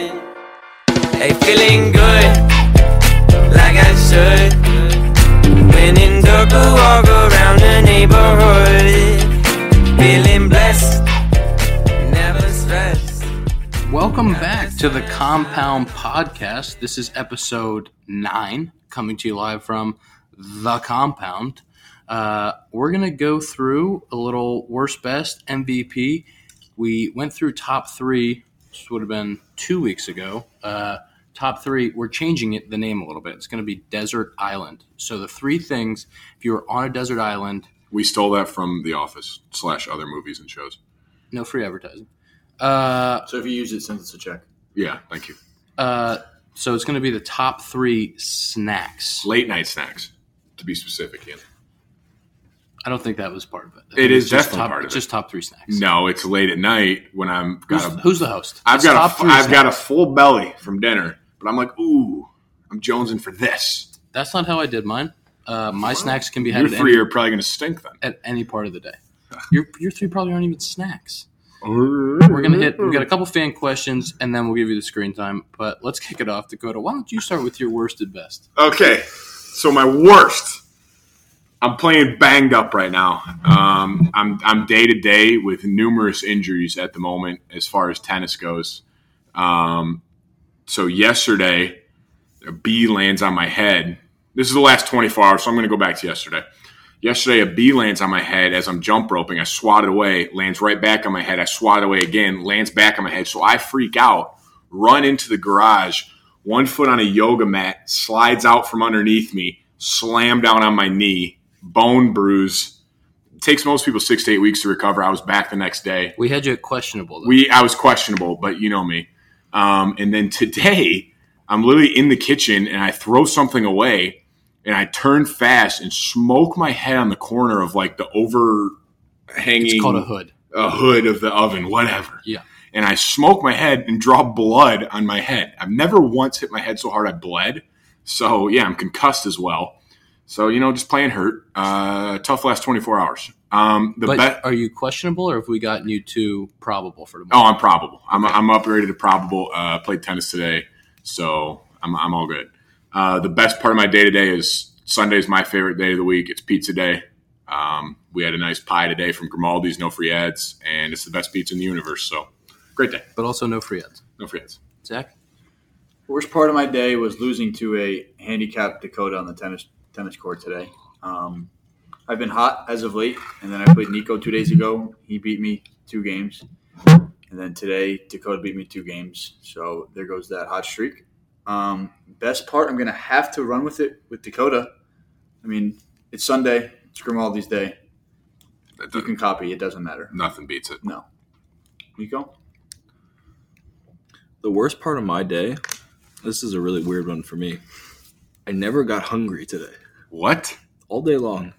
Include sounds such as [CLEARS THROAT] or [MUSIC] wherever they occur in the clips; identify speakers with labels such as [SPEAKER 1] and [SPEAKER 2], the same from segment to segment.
[SPEAKER 1] Hey, feeling good, like I should. When in dark, I walk around the neighborhood. Feeling blessed, never stressed.
[SPEAKER 2] Welcome back to the Compound Podcast. This is episode nine, coming to you live from the Compound. Uh, we're going to go through a little worst best MVP. We went through top three, this would have been two weeks ago. Uh, top three, we're changing it the name a little bit. It's going to be Desert Island. So, the three things, if you were on a desert island,
[SPEAKER 3] We stole that from The Office slash other movies and shows.
[SPEAKER 2] no free advertising. Uh,
[SPEAKER 4] So if you use it, send us a check.
[SPEAKER 3] Yeah, thank you.
[SPEAKER 2] Uh, so it's going to be the top three snacks.
[SPEAKER 3] Late night snacks, to be specific. Ian.
[SPEAKER 2] I don't think that was part of it.
[SPEAKER 3] It is
[SPEAKER 2] It's just
[SPEAKER 3] definitely
[SPEAKER 2] top,
[SPEAKER 3] part of
[SPEAKER 2] it's
[SPEAKER 3] it.
[SPEAKER 2] Just top three snacks.
[SPEAKER 3] No, it's late at night when I'm
[SPEAKER 2] Who's,
[SPEAKER 3] got a,
[SPEAKER 2] who's the host?
[SPEAKER 3] I've
[SPEAKER 2] It's
[SPEAKER 3] got a
[SPEAKER 2] top
[SPEAKER 3] f-
[SPEAKER 2] three
[SPEAKER 3] I've got a
[SPEAKER 2] snacks.
[SPEAKER 3] full belly from dinner, but I'm like, ooh, I'm jonesing for this.
[SPEAKER 2] That's not how I did mine. Uh, my snacks can be had
[SPEAKER 3] Your
[SPEAKER 2] at
[SPEAKER 3] three
[SPEAKER 2] any,
[SPEAKER 3] are probably going to stink then.
[SPEAKER 2] at any part of the day. Your, your three probably aren't even snacks. We're
[SPEAKER 3] We're
[SPEAKER 2] gonna hit. We've got a couple fan questions, and then we'll give you the screen time. But let's kick it off, Dakota. Why don't you start with your worst and best?
[SPEAKER 3] Okay, so my worst. I'm playing banged up right now. Um, I'm I'm day to day with numerous injuries at the moment as far as tennis goes. Um, so yesterday, a bee lands on my head. This is the last 24 hours, so I'm going to go back to yesterday. Yesterday, a bee lands on my head as I'm jump roping. I swat it away, lands right back on my head. I swat it away again, lands back on my head. So I freak out, run into the garage, one foot on a yoga mat, slides out from underneath me, slam down on my knee, bone bruise. It takes most people six to eight weeks to recover. I was back the next day.
[SPEAKER 2] We had you at questionable. Though.
[SPEAKER 3] We I was questionable, but you know me. Um, and then today, I'm literally in the kitchen and I throw something away and I turn fast and smoke my head on the corner of like the overhanging
[SPEAKER 2] it's called a hood.
[SPEAKER 3] a hood of the oven, whatever.
[SPEAKER 2] Yeah.
[SPEAKER 3] And I smoke my head and draw blood on my head. I've never once hit my head so hard I bled. So yeah, I'm concussed as well. So you know, just playing hurt. Uh, tough last 24 hours. Um, the
[SPEAKER 2] But
[SPEAKER 3] bet.
[SPEAKER 2] are you questionable, or have we gotten you too probable for tomorrow?
[SPEAKER 3] Oh, I'm probable. I'm, I'm upgraded to probable. Uh, played tennis today, so I'm, I'm all good. Uh, the best part of my day today is Sunday's my favorite day of the week. It's pizza day. Um, we had a nice pie today from Grimaldi's, no free ads, and it's the best pizza in the universe. So great day,
[SPEAKER 2] But also no free ads.
[SPEAKER 3] no free ads.
[SPEAKER 2] Zach,
[SPEAKER 4] Worst part of my day was losing to a handicapped Dakota on the tennis tennis court today. Um, I've been hot as of late, and then I played Nico two days ago. He beat me two games, and then today Dakota beat me two games. So there goes that hot streak. Um, best part, I'm gonna have to run with it with Dakota. I mean, it's Sunday. It's Grimaldi's day.
[SPEAKER 3] That
[SPEAKER 4] You
[SPEAKER 3] doesn't-
[SPEAKER 4] can copy. It doesn't matter.
[SPEAKER 3] nothing beats it.
[SPEAKER 4] No, Nico.
[SPEAKER 5] The worst part of my day, this is a really weird one for me. I never got hungry today.
[SPEAKER 3] What?
[SPEAKER 5] All day long.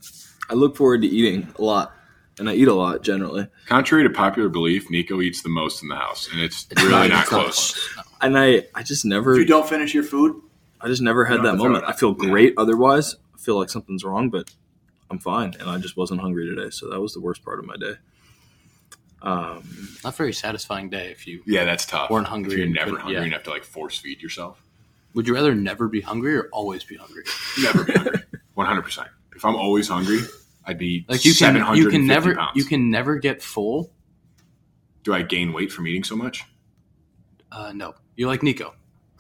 [SPEAKER 5] I look forward to eating a lot. And I eat a lot generally.
[SPEAKER 3] Contrary to popular belief, Nico eats the most in the house, and it's, really not close.
[SPEAKER 5] And I, I just never
[SPEAKER 4] If you don't finish your food,
[SPEAKER 5] I just never
[SPEAKER 4] You
[SPEAKER 5] had
[SPEAKER 4] don't
[SPEAKER 5] that
[SPEAKER 4] have to throw
[SPEAKER 5] moment.
[SPEAKER 4] it
[SPEAKER 5] I
[SPEAKER 4] out.
[SPEAKER 5] feel great otherwise. I feel like something's wrong, but I'm fine. And I just wasn't hungry today, so that was the worst part of my day. Um,
[SPEAKER 2] Not very satisfying day if you
[SPEAKER 3] Yeah, that's tough.
[SPEAKER 2] Weren't hungry
[SPEAKER 3] If you're
[SPEAKER 2] and
[SPEAKER 3] never
[SPEAKER 2] couldn't-
[SPEAKER 3] hungry
[SPEAKER 2] yeah.
[SPEAKER 3] and have to like force feed yourself.
[SPEAKER 2] Would you rather never be hungry or always be hungry?
[SPEAKER 3] Never be
[SPEAKER 2] [LAUGHS]
[SPEAKER 3] hungry. One hundred percent. If I'm always hungry, I'd be
[SPEAKER 2] Like you can you can never
[SPEAKER 3] Pounds.
[SPEAKER 2] you can never get full.
[SPEAKER 3] Do I gain weight from eating so much?
[SPEAKER 2] Uh, no, you're like Nico,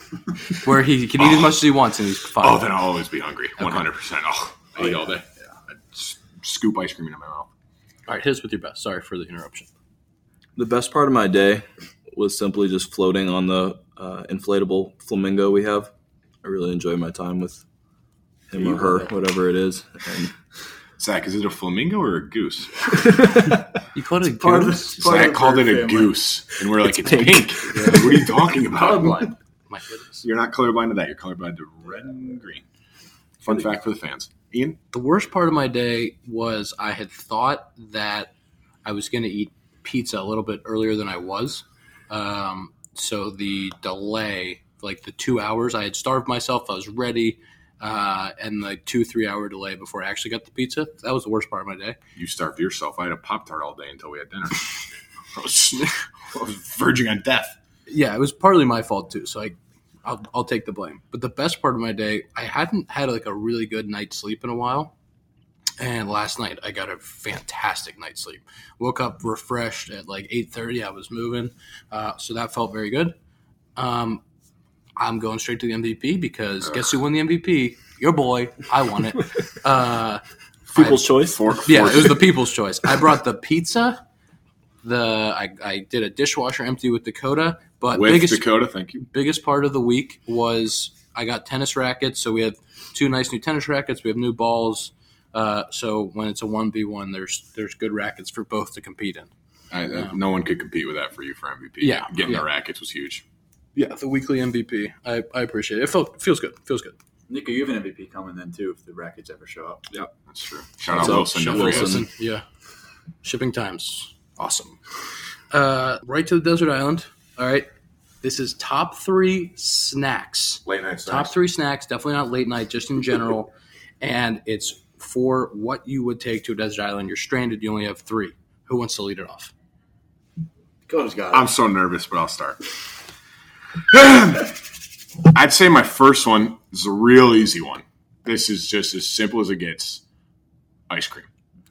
[SPEAKER 2] [LAUGHS] where he can eat as much as he wants and he's fine.
[SPEAKER 3] Oh, then I'll always be hungry. One hundred percent. Oh, I eat all day. I'd s- scoop ice cream into my mouth.
[SPEAKER 2] All right, hit us with your best. Sorry for the interruption.
[SPEAKER 5] the best part of my day was simply just floating on the uh, inflatable flamingo we have. I really enjoy my time with him or her, whatever it is. And
[SPEAKER 3] Zach, is it a flamingo or a goose?
[SPEAKER 2] You called it a
[SPEAKER 4] part of the
[SPEAKER 2] goose?
[SPEAKER 4] part of
[SPEAKER 3] Zach
[SPEAKER 4] the
[SPEAKER 3] called it
[SPEAKER 4] bird
[SPEAKER 3] a
[SPEAKER 4] family.
[SPEAKER 3] goose, and we're like,
[SPEAKER 5] It's
[SPEAKER 3] it's, pink. Like, what are you talking about?
[SPEAKER 2] Colorblind. My goodness.
[SPEAKER 3] You're not colorblind to that. You're colorblind to red and green. Fun fact for the fans. Ian,
[SPEAKER 2] The worst part of my day was I had thought that I was going to eat pizza a little bit earlier than I was. Um, so the delay, like the two hours, I had starved myself. I was ready, uh, and the two three hour delay before I actually got the pizza. That was the worst part of my day.
[SPEAKER 3] You starved yourself. I had a Pop Tart all day until we had [LAUGHS] dinner. I, was, I was [LAUGHS] verging on death.
[SPEAKER 2] yeah, it was partly my fault too. So I, I'll, I'll take the blame. But the best part of my day, I hadn't had like a really good night's sleep in a while, and last night I got a fantastic night's sleep. Woke up refreshed at like eight thirty. I was moving, uh, so that felt very good. Um, I'm going straight to the MVP because guess who won the MVP? Your boy. I won
[SPEAKER 3] [LAUGHS]
[SPEAKER 2] it. Uh,
[SPEAKER 5] People's choice.
[SPEAKER 3] Four,
[SPEAKER 2] yeah,
[SPEAKER 3] four-
[SPEAKER 2] it was the people's choice. I brought the pizza. The I, I did a dishwasher empty with Dakota, but
[SPEAKER 3] [LAUGHS] with
[SPEAKER 2] biggest
[SPEAKER 3] Dakota. Thank you.
[SPEAKER 2] biggest part of the week was I got tennis rackets. So we have two nice new tennis rackets. We have new balls. Uh, so when it's a one v one, there's there's good rackets for both to compete in.
[SPEAKER 3] I, I, no one could compete with that for you for MVP.
[SPEAKER 2] Yeah,
[SPEAKER 3] getting
[SPEAKER 2] yeah.
[SPEAKER 3] the rackets was huge.
[SPEAKER 2] Yeah, the weekly MVP. I, I appreciate it. It felt feels good. Feels good.
[SPEAKER 4] Nico, you have an MVP coming then too if the rackets ever show up.
[SPEAKER 3] That's true. Shout
[SPEAKER 5] That's
[SPEAKER 3] out
[SPEAKER 5] all.
[SPEAKER 3] Wilson.
[SPEAKER 5] Shout
[SPEAKER 3] Don't
[SPEAKER 5] out
[SPEAKER 3] forget.
[SPEAKER 5] Wilson.
[SPEAKER 2] Yeah, Oh, shipping times awesome. Uh, right to the desert island. All right, this is top three snacks.
[SPEAKER 3] Late night
[SPEAKER 2] Top three snacks, definitely not late night, just in
[SPEAKER 3] [LAUGHS]
[SPEAKER 2] general. and it's for what you would take to a desert island. You're stranded, you only have three. Who wants to lead it off?
[SPEAKER 4] Dakota's got it.
[SPEAKER 3] I'm so nervous, but I'll start. [CLEARS THROAT] I'd say my first one is a real easy one. This is just as simple as it gets. Ice cream.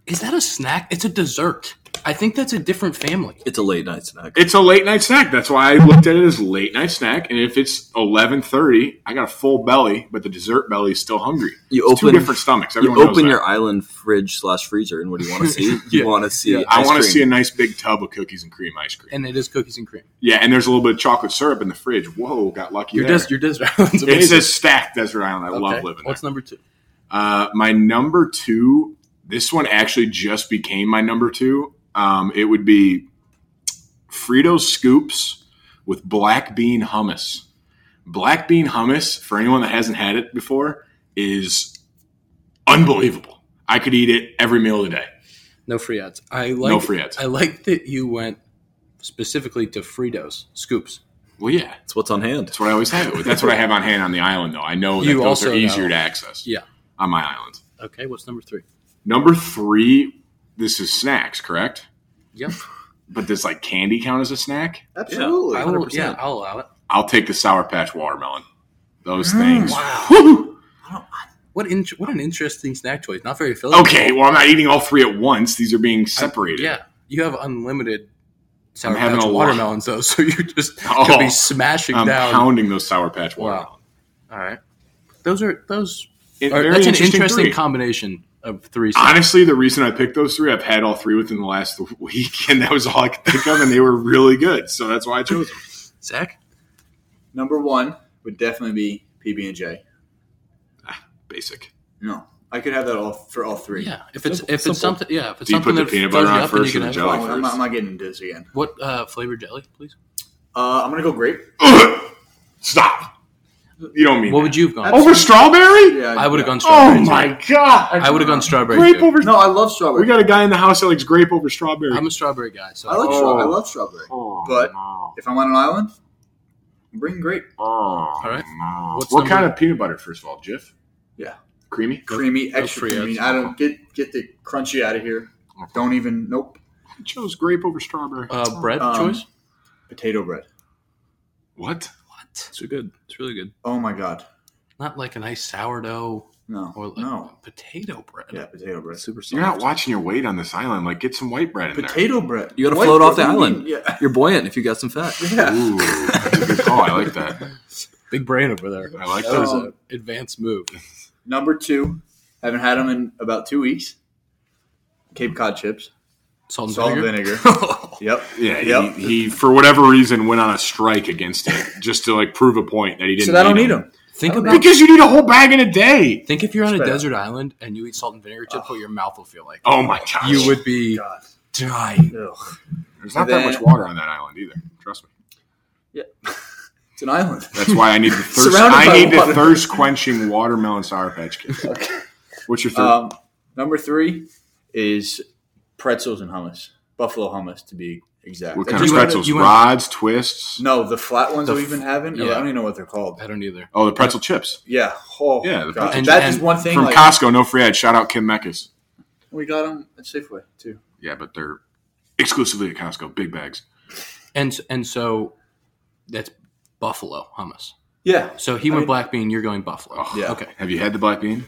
[SPEAKER 2] Is that a snack? It's a dessert. I think that's a different family.
[SPEAKER 5] It's a late night snack.
[SPEAKER 3] It's a late night snack. That's why I looked at it as late night snack. And if it's eleven thirty, I got a full belly, but the dessert belly is still hungry.
[SPEAKER 5] You
[SPEAKER 3] It's two
[SPEAKER 5] open-
[SPEAKER 3] different stomachs.
[SPEAKER 5] You
[SPEAKER 3] Everyone knows
[SPEAKER 5] open
[SPEAKER 3] that.
[SPEAKER 5] your island fridge slash freezer, and what
[SPEAKER 3] [LAUGHS]
[SPEAKER 5] do you want to see? You want to see?
[SPEAKER 3] I
[SPEAKER 5] ice
[SPEAKER 3] want to
[SPEAKER 5] cream.
[SPEAKER 3] see a nice big tub of cookies and cream ice cream.
[SPEAKER 2] And it is cookies and cream.
[SPEAKER 3] yeah, and there's a little bit of chocolate syrup in the fridge. Whoa, got lucky
[SPEAKER 2] Your,
[SPEAKER 3] there.
[SPEAKER 2] des- your desert island's amazing.
[SPEAKER 3] it's a stacked desert island. I love
[SPEAKER 2] Okay,
[SPEAKER 3] living there.
[SPEAKER 2] What's number two?
[SPEAKER 3] Uh, my number two, this one actually just became my number two. Um, it would be Frito Scoops with black bean hummus. Black bean hummus, for anyone that hasn't had it before, is unbelievable. I could eat it every meal of the day.
[SPEAKER 2] No free ads. I like
[SPEAKER 3] free ads.
[SPEAKER 2] I like that you went specifically to Fritos scoops.
[SPEAKER 3] Well, yeah,
[SPEAKER 5] It's what's on hand.
[SPEAKER 3] that's what I always have. it with. That's what I have on hand on the island, though. I know that
[SPEAKER 2] You
[SPEAKER 3] those
[SPEAKER 2] also
[SPEAKER 3] are easier
[SPEAKER 2] know.
[SPEAKER 3] to access
[SPEAKER 2] Yeah.
[SPEAKER 3] on my island.
[SPEAKER 2] Okay. What's number three?
[SPEAKER 3] Number three, this is snacks, correct? [LAUGHS]
[SPEAKER 2] Yep.
[SPEAKER 3] But does like candy count as a snack?
[SPEAKER 4] Absolutely.
[SPEAKER 2] I will,
[SPEAKER 5] 100%.
[SPEAKER 2] yeah, I'll allow it.
[SPEAKER 3] I'll take the Sour Patch watermelon. Those
[SPEAKER 2] Mm.
[SPEAKER 3] things.
[SPEAKER 2] What in, what an interesting snack choice. Not very filling.
[SPEAKER 3] Okay, well, I'm not eating all three at once. These are being separated.
[SPEAKER 2] Yeah, you have unlimited sour
[SPEAKER 3] I'm having
[SPEAKER 2] patch
[SPEAKER 3] a lot.
[SPEAKER 2] watermelons though, so you just
[SPEAKER 3] Oh,
[SPEAKER 2] could be smashing
[SPEAKER 3] I'm
[SPEAKER 2] down.
[SPEAKER 3] pounding those Sour Patch watermelon.
[SPEAKER 2] Wow. All right, those are those.
[SPEAKER 3] It-
[SPEAKER 2] Are,
[SPEAKER 3] very
[SPEAKER 2] that's an interesting
[SPEAKER 3] three.
[SPEAKER 2] combination of three. snacks.
[SPEAKER 3] Honestly, the reason I picked those three, I've had all three within the last [LAUGHS] week, and that was all I could think of, and they were really good. So that's why I chose them.
[SPEAKER 2] Zach,
[SPEAKER 4] Number one would definitely be PB and J.
[SPEAKER 3] Basic.
[SPEAKER 4] No, I could have that all for all three.
[SPEAKER 2] yeah, if it's
[SPEAKER 5] Simple,
[SPEAKER 2] if
[SPEAKER 5] simple.
[SPEAKER 2] it's something, yeah, if it's
[SPEAKER 3] Do you
[SPEAKER 2] something
[SPEAKER 3] put the
[SPEAKER 2] that
[SPEAKER 3] peanut
[SPEAKER 2] fills
[SPEAKER 3] butter
[SPEAKER 2] you
[SPEAKER 3] on
[SPEAKER 2] up and you
[SPEAKER 3] first
[SPEAKER 2] can
[SPEAKER 3] or
[SPEAKER 2] have
[SPEAKER 3] the
[SPEAKER 4] Come
[SPEAKER 3] jelly?
[SPEAKER 2] it.
[SPEAKER 4] on, I'm, not, I'm not getting into this again.
[SPEAKER 2] what uh, flavored jelly, please?
[SPEAKER 4] Uh, I'm gonna go grape.
[SPEAKER 3] Stop. You don't mean
[SPEAKER 2] What
[SPEAKER 3] that.
[SPEAKER 2] would you have gone?
[SPEAKER 4] That's-
[SPEAKER 3] over strawberry?
[SPEAKER 4] Yeah,
[SPEAKER 2] I would have
[SPEAKER 4] yeah.
[SPEAKER 2] gone strawberry.
[SPEAKER 3] Oh
[SPEAKER 2] too.
[SPEAKER 3] my god!
[SPEAKER 2] I would have gone strawberry.
[SPEAKER 3] grape
[SPEAKER 2] too.
[SPEAKER 3] over.
[SPEAKER 4] No, I love
[SPEAKER 3] we
[SPEAKER 4] strawberry.
[SPEAKER 3] got a guy in the house that likes grape over strawberry.
[SPEAKER 2] I'm a strawberry guy, so
[SPEAKER 4] I like
[SPEAKER 2] oh,
[SPEAKER 4] straw- I
[SPEAKER 3] Oh.
[SPEAKER 4] love strawberry.
[SPEAKER 3] Oh,
[SPEAKER 4] But-
[SPEAKER 3] no.
[SPEAKER 4] If I'm on an island, bring grape.
[SPEAKER 3] Oh,
[SPEAKER 2] right.
[SPEAKER 3] no.
[SPEAKER 2] What's
[SPEAKER 3] What
[SPEAKER 2] number-
[SPEAKER 3] kind of peanut butter, first of all, Jif?
[SPEAKER 4] Yeah.
[SPEAKER 3] Creamy?
[SPEAKER 4] Creamy,
[SPEAKER 2] Those
[SPEAKER 4] extra
[SPEAKER 2] free
[SPEAKER 4] creamy.
[SPEAKER 2] ads.
[SPEAKER 4] I don't get get the crunchy out of here. Don't even. Nope.
[SPEAKER 3] I chose grape over strawberry.
[SPEAKER 2] uh, bread
[SPEAKER 4] Um,
[SPEAKER 2] choice.
[SPEAKER 4] Potato bread.
[SPEAKER 3] what?
[SPEAKER 2] What?
[SPEAKER 5] It's good. It's really good.
[SPEAKER 4] Oh my god.
[SPEAKER 2] Not like a nice sourdough
[SPEAKER 4] No.
[SPEAKER 2] or like
[SPEAKER 4] no.
[SPEAKER 2] potato bread.
[SPEAKER 4] Yeah, potato bread.
[SPEAKER 5] Super soft.
[SPEAKER 3] You're not watching your weight on this island. Like, get some white bread in
[SPEAKER 4] Potato bread.
[SPEAKER 5] You gotta
[SPEAKER 4] White
[SPEAKER 5] float
[SPEAKER 4] bread,
[SPEAKER 5] off the
[SPEAKER 4] what do you
[SPEAKER 5] island.
[SPEAKER 4] mean? Yeah. [LAUGHS]
[SPEAKER 5] You're buoyant if you got some fat.
[SPEAKER 4] Yeah.
[SPEAKER 3] there. Ooh, that's a good call. I like that.
[SPEAKER 2] Big brain over there.
[SPEAKER 3] I like
[SPEAKER 2] That was
[SPEAKER 4] Um,
[SPEAKER 2] an advanced move.
[SPEAKER 4] Number two, haven't had them in about two weeks. Cape Cod chips,
[SPEAKER 2] Salt and
[SPEAKER 4] salt and
[SPEAKER 2] vinegar.
[SPEAKER 4] vinegar.
[SPEAKER 3] [LAUGHS]
[SPEAKER 4] yep.
[SPEAKER 3] Yeah,
[SPEAKER 4] Yep.
[SPEAKER 3] he, he for whatever reason went on a strike against it just to like prove a point that he didn't.
[SPEAKER 4] So I don't need
[SPEAKER 3] 'em.
[SPEAKER 4] them.
[SPEAKER 2] Think
[SPEAKER 4] I don't
[SPEAKER 2] about
[SPEAKER 4] know.
[SPEAKER 3] because you need a whole bag in a day.
[SPEAKER 2] [LAUGHS] think if you're on a
[SPEAKER 4] Straight up.
[SPEAKER 2] desert island and you eat salt and vinegar chip, what your mouth will feel like.
[SPEAKER 3] Oh my gosh,
[SPEAKER 2] You would be
[SPEAKER 4] God.
[SPEAKER 2] dying.
[SPEAKER 4] Ugh.
[SPEAKER 3] There's not
[SPEAKER 4] Then-
[SPEAKER 3] that much water on that island either. Trust me.
[SPEAKER 4] It's an island.
[SPEAKER 3] That's why I
[SPEAKER 4] [LAUGHS]
[SPEAKER 3] need the thirst.
[SPEAKER 4] Surrounded by
[SPEAKER 3] I need
[SPEAKER 4] water.
[SPEAKER 3] the thirst quenching watermelon sour patch kid.
[SPEAKER 4] [LAUGHS]
[SPEAKER 3] What's your third?
[SPEAKER 4] Um, number three is pretzels and hummus, buffalo hummus to be Exactly.
[SPEAKER 3] What kind of
[SPEAKER 2] You wanna-
[SPEAKER 3] pretzels?
[SPEAKER 2] you wanna-
[SPEAKER 3] Rods, twists.
[SPEAKER 4] No, the flat ones
[SPEAKER 2] The
[SPEAKER 4] that we've been having.
[SPEAKER 2] yeah.
[SPEAKER 4] I don't even know what they're called.
[SPEAKER 2] I don't either.
[SPEAKER 3] Oh, the pretzel chips
[SPEAKER 4] Yeah. Oh,
[SPEAKER 3] Yeah, the
[SPEAKER 4] God.
[SPEAKER 2] and-
[SPEAKER 4] that is
[SPEAKER 2] and
[SPEAKER 4] one thing.
[SPEAKER 3] from
[SPEAKER 4] like,
[SPEAKER 3] Costco. No free ad. Shout out Kim Meckes.
[SPEAKER 4] we got them at Safeway too.
[SPEAKER 3] Yeah, but they're exclusively at Costco. Big bags.
[SPEAKER 2] And and so that's buffalo hummus.
[SPEAKER 4] Yeah,
[SPEAKER 2] So he
[SPEAKER 4] I
[SPEAKER 2] went
[SPEAKER 4] mean-
[SPEAKER 2] black bean. You're going buffalo.
[SPEAKER 3] Oh,
[SPEAKER 4] Yeah.
[SPEAKER 2] Okay.
[SPEAKER 3] Have you had the black bean?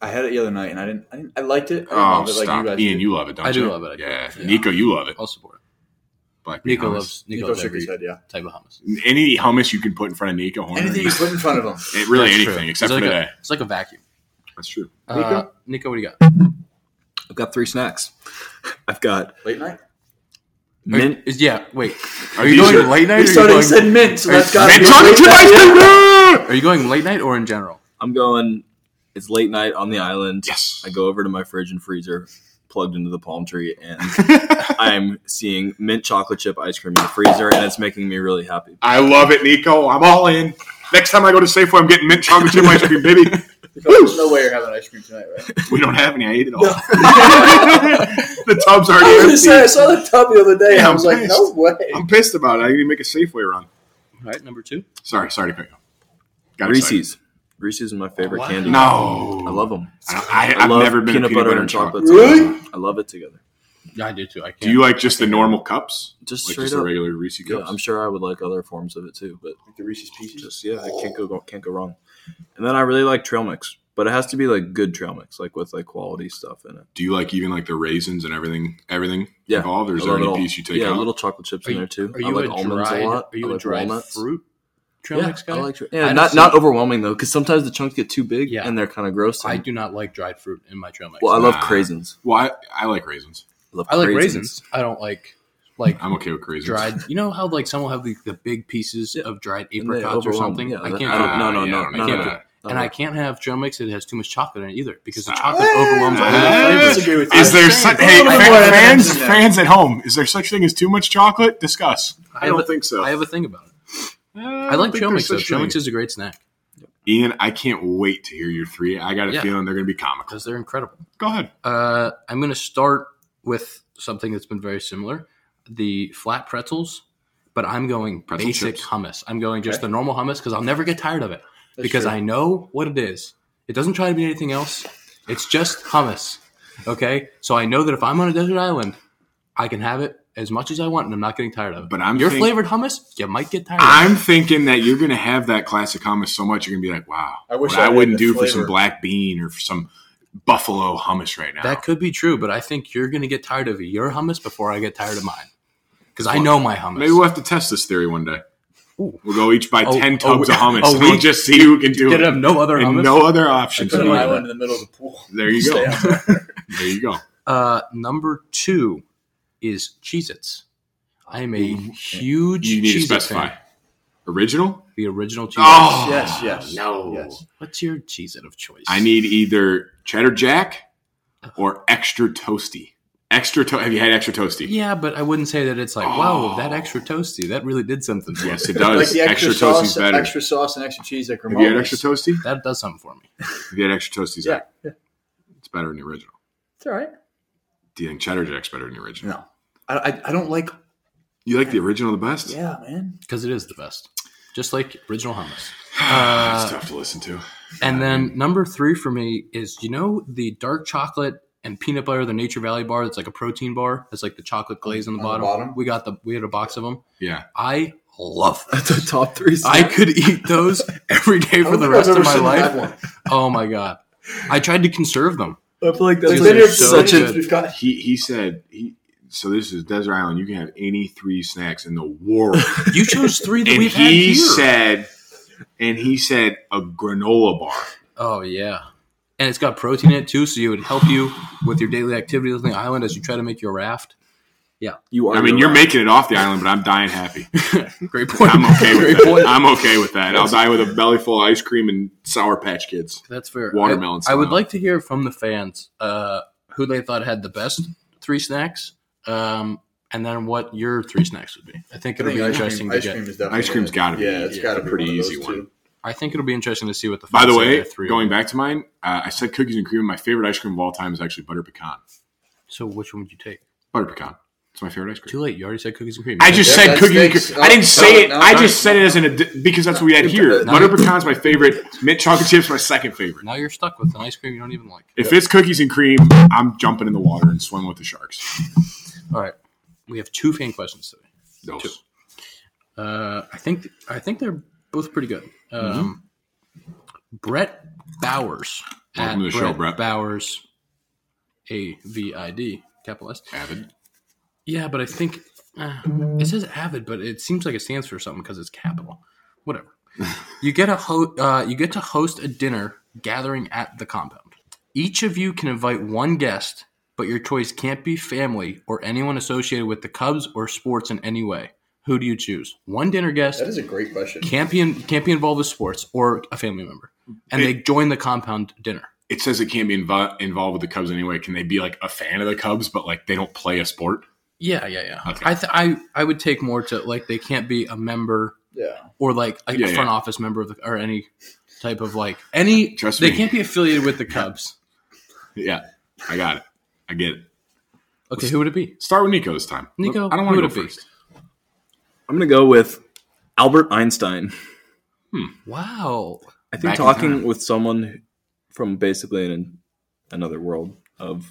[SPEAKER 4] I had it the other night and I didn't. I, didn't, I liked it. I didn't
[SPEAKER 3] Oh,
[SPEAKER 4] love it like
[SPEAKER 3] stop.
[SPEAKER 4] you guys
[SPEAKER 3] Ian,
[SPEAKER 4] did.
[SPEAKER 3] you love it, don't
[SPEAKER 2] I
[SPEAKER 3] you?
[SPEAKER 2] do love it, I do.
[SPEAKER 3] Yeah.
[SPEAKER 2] Yeah.
[SPEAKER 3] Nico, you love it.
[SPEAKER 2] I'll support it.
[SPEAKER 3] Black bean
[SPEAKER 2] Nico
[SPEAKER 3] hummus.
[SPEAKER 2] loves Nico,
[SPEAKER 4] Nico
[SPEAKER 2] loves
[SPEAKER 4] shook
[SPEAKER 2] every
[SPEAKER 4] his head. Yeah.
[SPEAKER 2] type of hummus.
[SPEAKER 3] any hummus you can put in front of Nico Horner.
[SPEAKER 4] Anything you put in front of him.
[SPEAKER 3] It- really
[SPEAKER 2] That's true.
[SPEAKER 3] anything except
[SPEAKER 2] it's
[SPEAKER 3] for
[SPEAKER 2] like
[SPEAKER 3] today.
[SPEAKER 2] A, it's like a vacuum.
[SPEAKER 3] That's true.
[SPEAKER 2] Nico, uh, Nico what do you got?
[SPEAKER 5] I've got three snacks. I've got
[SPEAKER 4] Late night.
[SPEAKER 2] Are you-
[SPEAKER 5] mint.
[SPEAKER 2] is- yeah. Wait.
[SPEAKER 3] Are
[SPEAKER 2] Are you going late night? Or are,
[SPEAKER 4] We
[SPEAKER 2] you
[SPEAKER 4] started
[SPEAKER 2] going,
[SPEAKER 4] you said mint, so
[SPEAKER 2] Are you-
[SPEAKER 4] that's got
[SPEAKER 3] Mitch on
[SPEAKER 2] [LAUGHS]
[SPEAKER 3] the
[SPEAKER 2] are you going late night or in general?
[SPEAKER 5] I'm going. It's late night on the island.
[SPEAKER 3] Yes.
[SPEAKER 5] I go over to my fridge and freezer, plugged into the palm tree, and [LAUGHS]
[SPEAKER 3] tonight.
[SPEAKER 5] I'm seeing mint chocolate chip ice cream in the freezer, and it's making me really happy.
[SPEAKER 3] [LAUGHS] I love it, Nico. I'm all in. Next time I go to Safeway, I'm getting mint chocolate chip ice cream, baby.
[SPEAKER 4] There's no way you're having ice cream tonight, right?
[SPEAKER 3] We don't have any. I ate it all. [LAUGHS] the tub's already
[SPEAKER 4] I was
[SPEAKER 3] empty.
[SPEAKER 4] gonna say I saw the tub the other day.
[SPEAKER 3] Yeah,
[SPEAKER 4] and I
[SPEAKER 3] I'm
[SPEAKER 4] was like, no
[SPEAKER 3] pissed.
[SPEAKER 4] way.
[SPEAKER 3] I'm pissed about it. I need to make a Safeway run.
[SPEAKER 2] All right, number two.
[SPEAKER 3] Sorry, sorry to cut you. off. Got excited.
[SPEAKER 5] Reese's. Reese's is my favorite
[SPEAKER 2] Wow.
[SPEAKER 5] candy.
[SPEAKER 3] No,
[SPEAKER 5] I love them.
[SPEAKER 3] I, I, I've never been a peanut butter, and chocolate.
[SPEAKER 4] Really?
[SPEAKER 5] I love it together.
[SPEAKER 2] Yeah, I do too. I can't.
[SPEAKER 3] Do you like just the normal cups,
[SPEAKER 5] Just
[SPEAKER 3] like
[SPEAKER 5] straight
[SPEAKER 3] just
[SPEAKER 5] up.
[SPEAKER 3] the regular Reese's
[SPEAKER 5] Yeah,
[SPEAKER 3] cups?
[SPEAKER 5] I'm sure I would like other forms of it too, but
[SPEAKER 4] Like the Reese's Pieces.
[SPEAKER 5] just yeah, I can't go can't go wrong. And then I really like trail mix, but it has to be like good trail mix, like with like quality stuff in it.
[SPEAKER 3] Do you like even like the raisins and everything? Everything
[SPEAKER 5] Yeah,
[SPEAKER 3] involved, or is
[SPEAKER 5] I
[SPEAKER 3] there
[SPEAKER 5] love it
[SPEAKER 3] any
[SPEAKER 5] all.
[SPEAKER 3] piece you take
[SPEAKER 5] yeah,
[SPEAKER 3] out?
[SPEAKER 5] little chocolate chips
[SPEAKER 2] Are
[SPEAKER 5] in
[SPEAKER 2] you,
[SPEAKER 5] there too.
[SPEAKER 2] Are you
[SPEAKER 5] I like
[SPEAKER 2] a
[SPEAKER 5] almonds
[SPEAKER 2] dried,
[SPEAKER 5] a lot.
[SPEAKER 2] Are you
[SPEAKER 5] I
[SPEAKER 2] a
[SPEAKER 5] like
[SPEAKER 2] dried
[SPEAKER 5] walnuts.
[SPEAKER 2] fruit trail
[SPEAKER 5] Yeah,
[SPEAKER 2] mix guy?
[SPEAKER 5] I like tra-
[SPEAKER 2] I
[SPEAKER 5] yeah,
[SPEAKER 2] don't
[SPEAKER 5] not
[SPEAKER 2] see-
[SPEAKER 5] not overwhelming though, because sometimes the chunks get too big
[SPEAKER 2] Yeah.
[SPEAKER 5] and they're kind of gross.
[SPEAKER 2] I
[SPEAKER 5] and-
[SPEAKER 2] do not like dried fruit in my trail mix.
[SPEAKER 5] well, I love
[SPEAKER 3] Nah.
[SPEAKER 5] craisins.
[SPEAKER 3] Well, I, I like raisins.
[SPEAKER 5] I love
[SPEAKER 2] I like
[SPEAKER 5] craisins.
[SPEAKER 2] raisins. I don't like like
[SPEAKER 3] I'm okay with raisins.
[SPEAKER 2] dried. You know how like some will have the, the big pieces
[SPEAKER 5] Yeah.
[SPEAKER 2] of dried
[SPEAKER 5] And they
[SPEAKER 2] apricots or
[SPEAKER 5] overwhelm.
[SPEAKER 2] something.
[SPEAKER 5] Yeah,
[SPEAKER 2] I
[SPEAKER 5] that-
[SPEAKER 2] can't.
[SPEAKER 5] I
[SPEAKER 2] do
[SPEAKER 5] don't,
[SPEAKER 2] that.
[SPEAKER 5] no,
[SPEAKER 3] Ah,
[SPEAKER 5] no,
[SPEAKER 3] yeah,
[SPEAKER 5] no,
[SPEAKER 3] I don't
[SPEAKER 5] no,
[SPEAKER 2] like
[SPEAKER 5] no,
[SPEAKER 2] that.
[SPEAKER 5] no.
[SPEAKER 2] and I can't have trail mix that has too much chocolate in it either because
[SPEAKER 5] Ah.
[SPEAKER 2] the
[SPEAKER 3] Stop.
[SPEAKER 2] chocolate overwhelms all the
[SPEAKER 3] Ah.
[SPEAKER 2] flavors.
[SPEAKER 4] disagree with you.
[SPEAKER 3] Is there
[SPEAKER 2] I'm
[SPEAKER 3] such,
[SPEAKER 2] saying-
[SPEAKER 3] hey
[SPEAKER 4] A little bit more
[SPEAKER 3] fa-
[SPEAKER 4] evidence
[SPEAKER 3] fans
[SPEAKER 4] in there.
[SPEAKER 3] fans at home? Is there such thing as too much chocolate? Discuss.
[SPEAKER 2] I have a- I have a thing about it. I like trail mix though. Trail mix is a great snack
[SPEAKER 3] Ian, I can't wait to hear your three. I got a
[SPEAKER 2] Yeah.
[SPEAKER 3] feeling they're going to be comical.
[SPEAKER 2] because they're incredible.
[SPEAKER 3] Go ahead.
[SPEAKER 2] Uh, I'm going to start with something that's been very similar: the flat pretzels. But I'm going
[SPEAKER 3] Pretzel
[SPEAKER 2] basic
[SPEAKER 3] chips.
[SPEAKER 2] hummus. I'm going just the normal hummus because I'll never get tired of it because
[SPEAKER 4] true.
[SPEAKER 2] I know what it is. It doesn't try to be anything else. It's just hummus. Okay, so I know that if I'm on a desert island, I can have it as much as I want, and I'm not getting tired of it.
[SPEAKER 3] But I'm
[SPEAKER 2] your
[SPEAKER 3] think-
[SPEAKER 2] flavored hummus, you might get tired. of
[SPEAKER 3] I'm thinking that you're going to have that classic hummus so much, you're going to be like, wow,
[SPEAKER 4] I wish
[SPEAKER 3] what
[SPEAKER 4] I
[SPEAKER 3] I
[SPEAKER 4] had
[SPEAKER 3] wouldn't
[SPEAKER 4] the
[SPEAKER 3] do for some
[SPEAKER 4] flavor.
[SPEAKER 3] black bean or for some buffalo hummus right now.
[SPEAKER 2] it. That could be true, but I think you're going to get tired of your hummus before I get tired of mine because I know my hummus.
[SPEAKER 3] Maybe we'll have to test this theory one day.
[SPEAKER 2] Ooh.
[SPEAKER 3] We'll go each buy
[SPEAKER 2] Oh,
[SPEAKER 3] 10
[SPEAKER 2] oh, [LAUGHS]
[SPEAKER 3] tubs
[SPEAKER 2] we-
[SPEAKER 3] of hummus
[SPEAKER 2] oh,
[SPEAKER 3] and we'll
[SPEAKER 2] we-
[SPEAKER 3] just see who can do
[SPEAKER 2] Did
[SPEAKER 3] it.
[SPEAKER 2] it have no other
[SPEAKER 3] and
[SPEAKER 2] hummus?
[SPEAKER 3] no other options.
[SPEAKER 4] Put
[SPEAKER 2] Could've
[SPEAKER 4] an
[SPEAKER 2] Yeah.
[SPEAKER 4] island in the middle of the pool.
[SPEAKER 3] There you
[SPEAKER 2] [LAUGHS]
[SPEAKER 4] Stay
[SPEAKER 3] go.
[SPEAKER 4] out there.
[SPEAKER 3] There you go.
[SPEAKER 2] Uh, number two is Cheez Its. I am a huge
[SPEAKER 3] Mm-hmm. You need to
[SPEAKER 2] Cheez-It
[SPEAKER 3] specify.
[SPEAKER 2] fan.
[SPEAKER 3] Original?
[SPEAKER 2] The original Cheez Its.
[SPEAKER 3] Oh,
[SPEAKER 4] Yes, yes,
[SPEAKER 3] No.
[SPEAKER 4] yes.
[SPEAKER 2] What's your Cheez It of choice?
[SPEAKER 3] I need either cheddar jack or extra toasty. Extra to- Have you had extra toasty?
[SPEAKER 2] Yeah, but I wouldn't say that it's like, wow, that extra toasty. That really did something for
[SPEAKER 3] Oh. Yes,
[SPEAKER 2] me.
[SPEAKER 3] it does.
[SPEAKER 4] Like the
[SPEAKER 3] extra
[SPEAKER 4] extra,
[SPEAKER 3] toasty's
[SPEAKER 4] sauce,
[SPEAKER 3] better.
[SPEAKER 4] extra sauce, and extra cheese. Like
[SPEAKER 3] Have you had
[SPEAKER 4] Romanos.
[SPEAKER 3] extra toasty?
[SPEAKER 2] That does something for me.
[SPEAKER 3] Have you had extra toasty,
[SPEAKER 4] Yeah,
[SPEAKER 3] Zach? It's better than the original.
[SPEAKER 4] it's all right.
[SPEAKER 3] Do you think cheddar jack's better than the original?
[SPEAKER 4] No, I, I, I don't like.
[SPEAKER 3] You like the original the best?
[SPEAKER 4] Yeah, man.
[SPEAKER 2] Because it is the best. Just like original hummus.
[SPEAKER 3] Ah, it's tough to listen to.
[SPEAKER 2] And then number three for me is, you know, the dark chocolate and peanut butter, the Nature Valley bar that's like a protein bar. That's like the chocolate glaze on the,
[SPEAKER 4] On the
[SPEAKER 2] bottom.
[SPEAKER 4] bottom?
[SPEAKER 2] We got the we had a box of them.
[SPEAKER 3] Yeah.
[SPEAKER 2] I love them.
[SPEAKER 5] That's a top three.
[SPEAKER 2] I could
[SPEAKER 4] [LAUGHS]
[SPEAKER 2] eat those every day
[SPEAKER 4] I
[SPEAKER 2] for
[SPEAKER 4] don't
[SPEAKER 2] the
[SPEAKER 4] think
[SPEAKER 2] rest
[SPEAKER 4] I've
[SPEAKER 2] of
[SPEAKER 4] ever
[SPEAKER 2] my
[SPEAKER 4] seen
[SPEAKER 2] life.
[SPEAKER 4] that one.
[SPEAKER 2] Oh my god. I tried to conserve them.
[SPEAKER 5] I feel like
[SPEAKER 4] There's
[SPEAKER 2] These
[SPEAKER 4] been
[SPEAKER 2] are
[SPEAKER 4] here
[SPEAKER 2] so
[SPEAKER 4] such a
[SPEAKER 2] good.
[SPEAKER 4] we've got.
[SPEAKER 3] He he said he so this is Desert Island. You can have any three snacks in the
[SPEAKER 4] [LAUGHS]
[SPEAKER 3] world.
[SPEAKER 2] You chose three that
[SPEAKER 3] and
[SPEAKER 2] we've had
[SPEAKER 3] he
[SPEAKER 2] here.
[SPEAKER 3] said and he said a granola bar.
[SPEAKER 2] Oh yeah, and it's got protein in it too, so it would help you with your daily activities on the island as you try to make your raft. [LAUGHS]
[SPEAKER 5] you are.
[SPEAKER 3] I mean,
[SPEAKER 5] your
[SPEAKER 3] you're
[SPEAKER 5] life.
[SPEAKER 3] making it off the island, but I'm dying happy.
[SPEAKER 2] Great point.
[SPEAKER 3] I'm okay with
[SPEAKER 2] Great
[SPEAKER 3] that.
[SPEAKER 2] point.
[SPEAKER 3] I'm okay with that. I'll die with a belly full of ice cream and sour patch kids.
[SPEAKER 2] That's fair.
[SPEAKER 3] Watermelon
[SPEAKER 2] I, I would
[SPEAKER 3] style.
[SPEAKER 2] like to hear from the fans uh, who they thought had the best three snacks, um, and then what your three snacks would be. I think it'll
[SPEAKER 4] I think
[SPEAKER 2] be
[SPEAKER 4] ice
[SPEAKER 2] interesting to
[SPEAKER 4] cream, ice
[SPEAKER 2] get.
[SPEAKER 4] cream is definitely
[SPEAKER 3] Ice cream's gotta be-
[SPEAKER 4] yeah, it's
[SPEAKER 3] yeah,
[SPEAKER 4] got to
[SPEAKER 3] a
[SPEAKER 4] be
[SPEAKER 3] pretty
[SPEAKER 4] one of
[SPEAKER 3] easy
[SPEAKER 4] those
[SPEAKER 3] one.
[SPEAKER 4] two.
[SPEAKER 2] I think it'll be interesting to see what the.
[SPEAKER 3] By
[SPEAKER 2] fans
[SPEAKER 3] the
[SPEAKER 2] say
[SPEAKER 3] way,
[SPEAKER 2] their three
[SPEAKER 3] going
[SPEAKER 2] were.
[SPEAKER 3] back to mine, uh, I said cookies and cream. My favorite ice cream of all time is actually butter pecan.
[SPEAKER 2] So which one would you take?
[SPEAKER 3] Butter pecan. It's my favorite ice cream.
[SPEAKER 2] Too late. You already said cookies and cream.
[SPEAKER 3] I just
[SPEAKER 4] Yeah,
[SPEAKER 3] said
[SPEAKER 4] that's
[SPEAKER 3] cookie. and
[SPEAKER 4] nice.
[SPEAKER 3] cr- I didn't
[SPEAKER 4] Oh,
[SPEAKER 3] say
[SPEAKER 4] no,
[SPEAKER 3] it.
[SPEAKER 4] no,
[SPEAKER 3] I
[SPEAKER 4] no.
[SPEAKER 3] just said it as an ad- because that's what we had here.
[SPEAKER 4] No.
[SPEAKER 3] Butter pecan's my favorite. Mint chocolate chips my second favorite.
[SPEAKER 2] now you're stuck with an ice cream you don't even like.
[SPEAKER 3] If it's cookies and cream, I'm jumping in the water and swimming with the sharks.
[SPEAKER 2] All right, we have two fan questions today.
[SPEAKER 3] Those.
[SPEAKER 2] Two. Uh, I think I think they're both pretty good. Um, Brett Bowers.
[SPEAKER 3] Mm-hmm. Welcome
[SPEAKER 2] at
[SPEAKER 3] to the show, Brett.
[SPEAKER 2] Bowers, A V I D, capital S.
[SPEAKER 3] Avid.
[SPEAKER 2] Yeah, but I think uh, it says avid, but it seems like it stands for something because it's capital.
[SPEAKER 4] [LAUGHS]
[SPEAKER 2] Whatever. you get a ho- uh, you get to host a dinner gathering at the compound. Each of you can invite one guest, but your choice can't be family or anyone associated with the Cubs or sports in any way. Who do you choose? One dinner guest
[SPEAKER 4] That is a great question.
[SPEAKER 2] can't be in, can't be involved with sports or a family member, and they join the compound dinner.
[SPEAKER 3] It says it can't be invo- involved with the Cubs anyway. Can they be like a fan of the Cubs, but like they don't play a sport?
[SPEAKER 2] Yeah, yeah, yeah.
[SPEAKER 3] Okay.
[SPEAKER 2] I th- I I would take more to like they can't be a member
[SPEAKER 4] Yeah.
[SPEAKER 2] or like a
[SPEAKER 3] Yeah,
[SPEAKER 2] front
[SPEAKER 3] yeah.
[SPEAKER 2] office member of the, or any type of like any.
[SPEAKER 3] Trust
[SPEAKER 2] they
[SPEAKER 3] me.
[SPEAKER 2] can't be affiliated with the
[SPEAKER 3] [LAUGHS]
[SPEAKER 2] Cubs.
[SPEAKER 3] Yeah, I got it. I get it.
[SPEAKER 2] Okay, who would it be?
[SPEAKER 3] Start with Nico this time.
[SPEAKER 2] Nico,
[SPEAKER 3] I don't
[SPEAKER 2] who
[SPEAKER 3] want to
[SPEAKER 2] would
[SPEAKER 3] go
[SPEAKER 2] it be?
[SPEAKER 3] first.
[SPEAKER 5] I'm gonna go with Albert Einstein.
[SPEAKER 2] Wow.
[SPEAKER 5] I think
[SPEAKER 3] Back in
[SPEAKER 5] talking
[SPEAKER 3] time.
[SPEAKER 5] with someone from basically an, another world of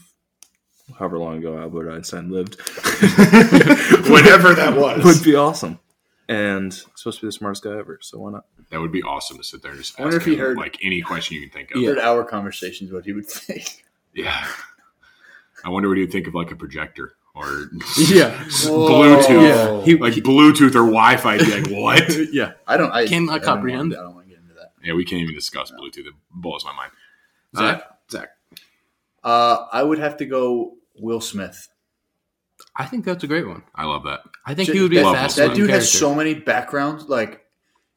[SPEAKER 5] however long ago Albert Einstein lived [LAUGHS]
[SPEAKER 4] Whatever
[SPEAKER 3] [LAUGHS]
[SPEAKER 4] that was.
[SPEAKER 5] would be awesome. And he's supposed to be the smartest guy ever, so why not?
[SPEAKER 3] That would be awesome to sit there and just
[SPEAKER 4] I wonder
[SPEAKER 3] ask
[SPEAKER 4] if he
[SPEAKER 3] him,
[SPEAKER 4] heard-
[SPEAKER 3] like any question you can think of.
[SPEAKER 2] Yeah.
[SPEAKER 4] Third hour conversations, what he would [LAUGHS] think.
[SPEAKER 3] Yeah. I wonder what he'd think of like a projector or
[SPEAKER 2] [LAUGHS] Yeah.
[SPEAKER 3] [LAUGHS] Bluetooth.
[SPEAKER 2] He,
[SPEAKER 3] Like Bluetooth or Wi Fi. Like,
[SPEAKER 2] [LAUGHS]
[SPEAKER 3] what?
[SPEAKER 2] yeah.
[SPEAKER 4] I don't. I
[SPEAKER 2] Cannot
[SPEAKER 4] I don't
[SPEAKER 2] comprehend
[SPEAKER 4] wanna- I don't want to get into that.
[SPEAKER 3] yeah, we can't even discuss Bluetooth. It blows my mind.
[SPEAKER 2] Zach,
[SPEAKER 3] Uh, Zach.
[SPEAKER 4] Uh, I would have to go Will Smith.
[SPEAKER 2] I think that's a great one.
[SPEAKER 3] I love that.
[SPEAKER 2] I think
[SPEAKER 4] Ju-
[SPEAKER 2] he would be a
[SPEAKER 3] Love
[SPEAKER 2] fast.
[SPEAKER 3] him.
[SPEAKER 4] That dude has so many backgrounds. Like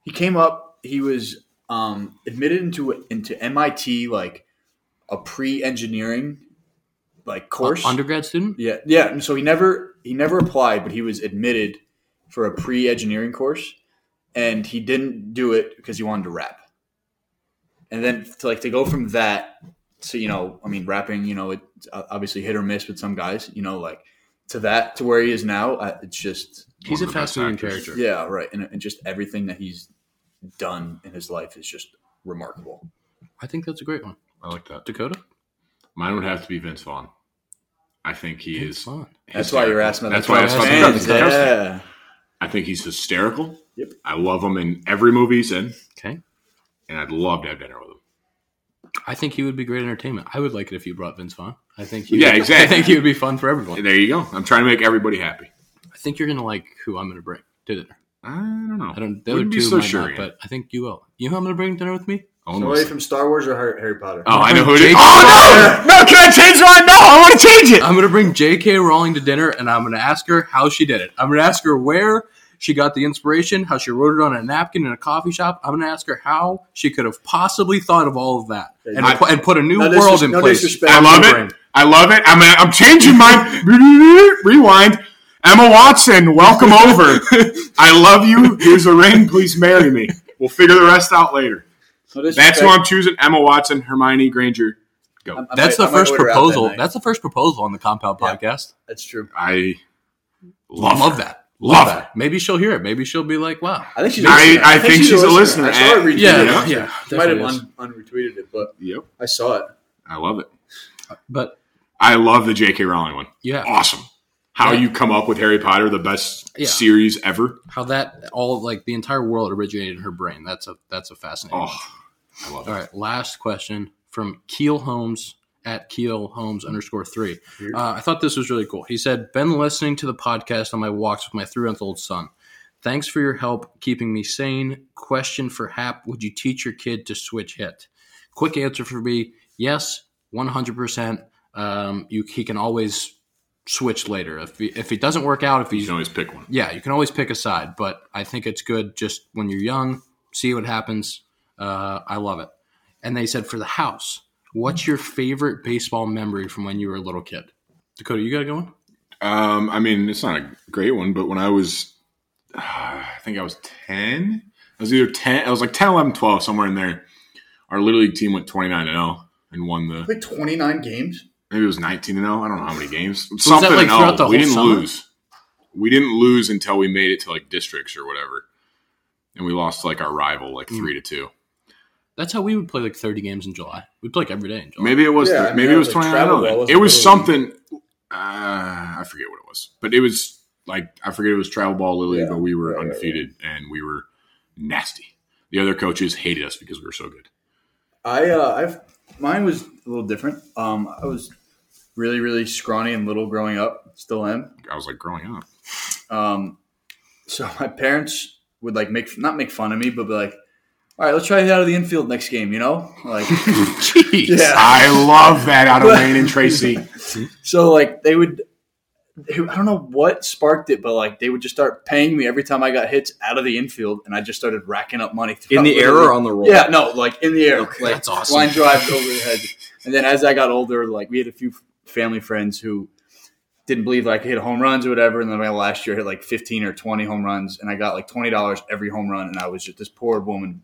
[SPEAKER 4] he came up, he was um, admitted into into MIT, like a pre engineering like course.
[SPEAKER 2] undergrad student.
[SPEAKER 4] yeah, yeah. And so he never he never applied, but he was admitted for a pre engineering course, and he didn't do it because he wanted to rap. And then to like to go from that to you know, I mean, rapping, you know, it's uh, obviously hit or miss with some guys, you know, like to that to where he is now, I, it's just.
[SPEAKER 2] He's a
[SPEAKER 3] One of the best
[SPEAKER 2] fascinating
[SPEAKER 3] actors.
[SPEAKER 2] character.
[SPEAKER 4] Yeah, right. And, and just everything that he's done in his life is just remarkable.
[SPEAKER 2] I think that's a great one.
[SPEAKER 3] I like that.
[SPEAKER 2] Dakota.
[SPEAKER 3] Mine would have to be Vince Vaughn. I think he
[SPEAKER 2] Vince
[SPEAKER 3] is.
[SPEAKER 2] Vaughn.
[SPEAKER 4] That's why you're
[SPEAKER 3] hysterical.
[SPEAKER 4] asking.
[SPEAKER 3] That's why I asked
[SPEAKER 2] about
[SPEAKER 4] about
[SPEAKER 2] the
[SPEAKER 4] the
[SPEAKER 2] Cubs.
[SPEAKER 4] Yeah.
[SPEAKER 3] I think he's hysterical.
[SPEAKER 4] Yep.
[SPEAKER 3] I love him in every movie he's in,
[SPEAKER 2] Okay.
[SPEAKER 3] and I'd love to have dinner with him.
[SPEAKER 2] I think he would be great entertainment. I would like it if you brought Vince Vaughn. I think he
[SPEAKER 3] Yeah,
[SPEAKER 2] would-
[SPEAKER 3] exactly.
[SPEAKER 2] I think he would be fun for everyone.
[SPEAKER 3] And there you go. I'm trying to make everybody happy.
[SPEAKER 2] I think you're gonna like who I'm gonna bring to dinner.
[SPEAKER 3] I don't know.
[SPEAKER 2] I don't. The other
[SPEAKER 3] Wouldn't
[SPEAKER 2] two
[SPEAKER 3] be so
[SPEAKER 2] might
[SPEAKER 3] sure
[SPEAKER 2] not,
[SPEAKER 3] yet.
[SPEAKER 2] but I think you will. You know who I'm gonna bring to dinner with me?
[SPEAKER 3] Owen
[SPEAKER 4] Somebody
[SPEAKER 3] Wilson.
[SPEAKER 4] from Star Wars or Harry, Harry Potter?
[SPEAKER 3] Oh, I know who it
[SPEAKER 2] Jake
[SPEAKER 3] is. Oh no! No, can I change mine? No, I want to change it.
[SPEAKER 2] I'm gonna bring J.K. Rowling to dinner, and I'm gonna ask her how she did it. I'm gonna ask her where she got the inspiration, how she wrote it on a napkin in a coffee shop. I'm gonna ask her how she could have possibly thought of all of that and,
[SPEAKER 3] I-
[SPEAKER 2] pu- and put a new
[SPEAKER 4] No
[SPEAKER 2] world
[SPEAKER 4] disres-
[SPEAKER 2] in
[SPEAKER 4] no
[SPEAKER 2] place.
[SPEAKER 4] disrespect.
[SPEAKER 3] I love
[SPEAKER 2] brain.
[SPEAKER 3] it. I love it. I'm I'm changing mine. [LAUGHS] Rewind. Emma Watson,
[SPEAKER 2] [LAUGHS]
[SPEAKER 3] welcome over. I love you. Here's a ring. Please marry me. We'll figure the rest out later.
[SPEAKER 4] No disrespect.
[SPEAKER 3] That's who I'm choosing. Emma Watson, Hermione Granger.
[SPEAKER 4] I'm-
[SPEAKER 3] Go.
[SPEAKER 4] I
[SPEAKER 2] That's
[SPEAKER 4] might-
[SPEAKER 2] the
[SPEAKER 4] I might
[SPEAKER 2] first
[SPEAKER 4] order out that
[SPEAKER 2] proposal.
[SPEAKER 4] night.
[SPEAKER 2] That's the first proposal on the Compound
[SPEAKER 4] Yeah.
[SPEAKER 2] podcast.
[SPEAKER 4] That's true.
[SPEAKER 3] I love,
[SPEAKER 2] Love
[SPEAKER 3] her.
[SPEAKER 2] that.
[SPEAKER 3] Love her.
[SPEAKER 2] that. Maybe she'll hear it. Maybe she'll be like, "Wow."
[SPEAKER 4] I think she's.
[SPEAKER 3] I- I think she's a listener.
[SPEAKER 4] I saw her
[SPEAKER 3] I-
[SPEAKER 4] retweet
[SPEAKER 2] Yeah, yeah.
[SPEAKER 4] it. She might have
[SPEAKER 2] definitely is.
[SPEAKER 4] un- unretweeted it, but
[SPEAKER 3] Yep.
[SPEAKER 4] I saw it.
[SPEAKER 3] I love it.
[SPEAKER 2] But
[SPEAKER 3] I love the J.K. Rowling one.
[SPEAKER 2] yeah,
[SPEAKER 3] Awesome. How
[SPEAKER 2] Yeah.
[SPEAKER 3] you come up with Harry Potter, the best
[SPEAKER 2] Yeah.
[SPEAKER 3] series ever.
[SPEAKER 2] how that all like the entire world originated in her brain. That's a that's a fascinating.
[SPEAKER 3] Oh, I love it.
[SPEAKER 2] All right, last question from Keel Holmes at Keel Holmes underscore three. Uh, I thought this was really cool. He said, "Been listening to the podcast on my walks with my three month old son. Thanks for your help keeping me sane. Question for Hap: Would you teach your kid to switch hit? Quick answer for me: Yes, one hundred percent. Um, You he can always." Switch later if he, if it doesn't work out if
[SPEAKER 3] You
[SPEAKER 2] he's
[SPEAKER 3] can always pick one.
[SPEAKER 2] yeah, you can always pick a side, but I think it's good just when you're young, see what happens. Uh, I love it. And they said for the house, what's your favorite baseball memory from when you were a little kid? Dakota, you got to go in?
[SPEAKER 3] Um, I mean, it's not a great one, but when I was, uh, I think I was 10. I was either 10, I was like 10, 11, 12, somewhere in there. Our Little League team went 29 and 0 and won the,
[SPEAKER 4] Played 29 games.
[SPEAKER 3] maybe it was 19 and 0. I don't know how many games.
[SPEAKER 2] that,
[SPEAKER 3] Something
[SPEAKER 2] like,
[SPEAKER 3] and 0.
[SPEAKER 2] throughout the
[SPEAKER 3] we
[SPEAKER 2] whole
[SPEAKER 3] didn't
[SPEAKER 2] summer?
[SPEAKER 3] lose. We didn't lose until we made it to like districts or whatever, and we lost to, like our rival like
[SPEAKER 2] Hmm.
[SPEAKER 3] three to two.
[SPEAKER 2] That's how we would play like 30 games in July. We'd play like every day in July.
[SPEAKER 3] Maybe it was.
[SPEAKER 6] Yeah,
[SPEAKER 3] th-
[SPEAKER 6] I mean,
[SPEAKER 3] maybe
[SPEAKER 6] that
[SPEAKER 3] it was
[SPEAKER 6] was
[SPEAKER 3] twenty nine.
[SPEAKER 6] travel, that
[SPEAKER 3] It was
[SPEAKER 6] wasn't really-
[SPEAKER 3] something. Uh, I forget what it was, but it was like I forget it was travel ball lily,
[SPEAKER 6] Yeah,
[SPEAKER 3] but we were
[SPEAKER 6] right, right,
[SPEAKER 3] undefeated and we were nasty. The other coaches hated us because we were so good.
[SPEAKER 4] I uh, I've mine was a little different. Um, I was really really scrawny and little growing up. Still am.
[SPEAKER 3] I was like growing up. [LAUGHS]
[SPEAKER 4] Um, so [LAUGHS] my parents would like make not make fun of me, but be like, "All right, let's try it out of the infield next game." You know, like
[SPEAKER 2] Jeez.
[SPEAKER 4] yeah.
[SPEAKER 3] I love
[SPEAKER 6] [LAUGHS]
[SPEAKER 3] that out of Wayne and Tracy.
[SPEAKER 4] So like they would, I don't know what sparked it, but like they would just start paying me every time I got hits out of the infield, and I just started racking up money
[SPEAKER 5] in the air or on the roll.
[SPEAKER 4] Oh, Yeah, no, like in the air, like
[SPEAKER 2] that's awesome.
[SPEAKER 4] line drives over the head. And then as I got older, like we had a few family friends who didn't believe that I could hit home runs or whatever. And then my last year I hit like fifteen or twenty home runs, and I got like twenty dollars every home run, and I was just this poor woman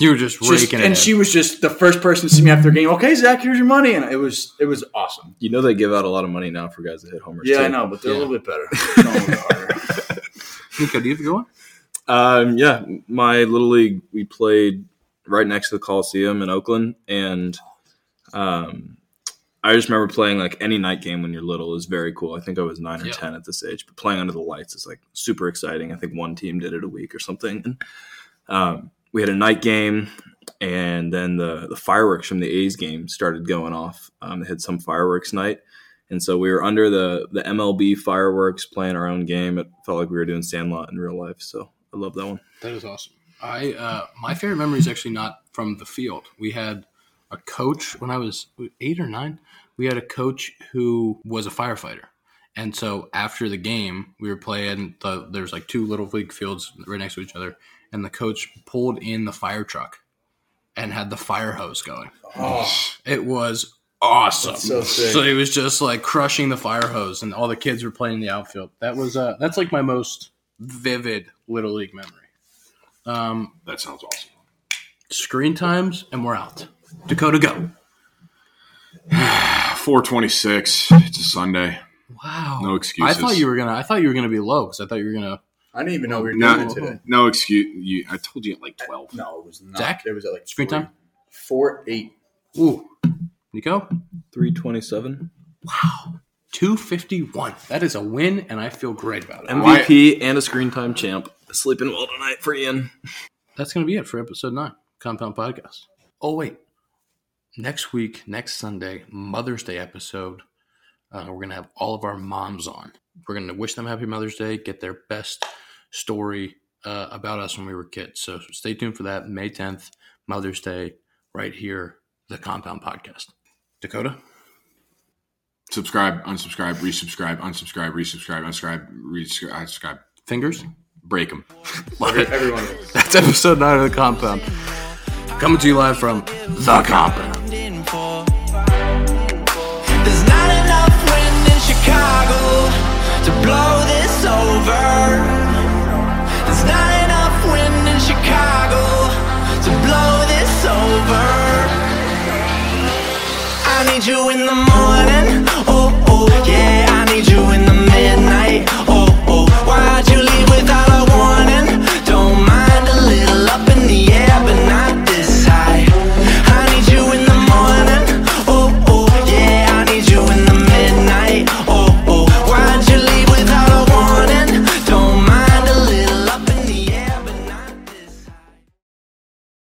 [SPEAKER 2] You were just raking
[SPEAKER 4] Just-
[SPEAKER 2] it.
[SPEAKER 4] and
[SPEAKER 2] in.
[SPEAKER 4] she was just the first person to see me after a game. Okay, Zach, here's your money, and it was it was awesome.
[SPEAKER 5] You know they give out a lot of money now for guys that hit homers.
[SPEAKER 4] Yeah,
[SPEAKER 5] too.
[SPEAKER 4] I know, but they're
[SPEAKER 2] Yeah.
[SPEAKER 4] a little bit better. They're a little bit harder.
[SPEAKER 2] Nico, do you have a good one?
[SPEAKER 5] Um, yeah, my little league we played right next to the Coliseum in Oakland, and um, I just remember playing like any night game when you're little is very cool. I think I was nine or
[SPEAKER 2] Yeah.
[SPEAKER 5] ten at this age, but playing under the lights is like super exciting. I think one team did it a week or something. And, um, we had a night game, and then the the fireworks from the A's game started going off. Um, they had some fireworks night. And so we were under the, the MLB fireworks playing our own game. It felt like we were doing Sandlot in real life. So I love that one.
[SPEAKER 2] That is awesome. I uh, my favorite memory is actually not from the field. We had a coach when I was eight or nine. We had a coach who was a firefighter, and so after the game, we were playing. The, there's like two little league fields right next to each other, and the coach pulled in the fire truck and had the fire hose going. It was awesome.
[SPEAKER 6] Oh. so sick.
[SPEAKER 2] he was just like crushing the fire hose, and all the kids were playing in the outfield. That was uh, that's like my most vivid little league memory. Um,
[SPEAKER 3] That sounds awesome.
[SPEAKER 2] screen times, and we're out. Dakota, go!
[SPEAKER 3] Four twenty six. It's a Sunday.
[SPEAKER 2] Wow,
[SPEAKER 3] No excuses.
[SPEAKER 2] I thought you were gonna. I thought you were gonna be low because I thought you were gonna.
[SPEAKER 4] I didn't even know we
[SPEAKER 3] [LAUGHS]
[SPEAKER 4] were
[SPEAKER 3] No,
[SPEAKER 4] doing it today.
[SPEAKER 3] no excuse. You, I told you at like twelve.
[SPEAKER 4] No, it was not.
[SPEAKER 2] Zach?
[SPEAKER 4] it was at like
[SPEAKER 2] Screen
[SPEAKER 4] four-
[SPEAKER 2] time?
[SPEAKER 4] four eight.
[SPEAKER 2] Ooh, Nico,
[SPEAKER 5] 327.
[SPEAKER 2] two fifty one. That is a win, and I feel great about it.
[SPEAKER 5] MVP and a screen time champ. Sleeping well tonight for Ian.
[SPEAKER 2] that's gonna be it for episode nine, Compound Podcast. Oh wait, next week, next Sunday, Mother's Day episode. Uh, we're gonna have all of our moms on. We're gonna wish them Happy Mother's Day. Get their best story uh, about us when we were kids. So stay tuned for that. May tenth, Mother's Day, right here, the Compound Podcast. Dakota,
[SPEAKER 3] Subscribe, unsubscribe, resubscribe, unsubscribe, resubscribe, unsubscribe, resubscribe, unsubscribe.
[SPEAKER 2] fingers. [LAUGHS]
[SPEAKER 3] Break them.
[SPEAKER 4] Everyone.
[SPEAKER 2] That's episode nine of the Compound. Coming to you live from the Compound.
[SPEAKER 1] in for. There's not enough wind in Chicago to blow this over. There's not enough wind in Chicago to blow this over. I need you in the Oh, morning. Oh, oh, yeah. Oh, Oh,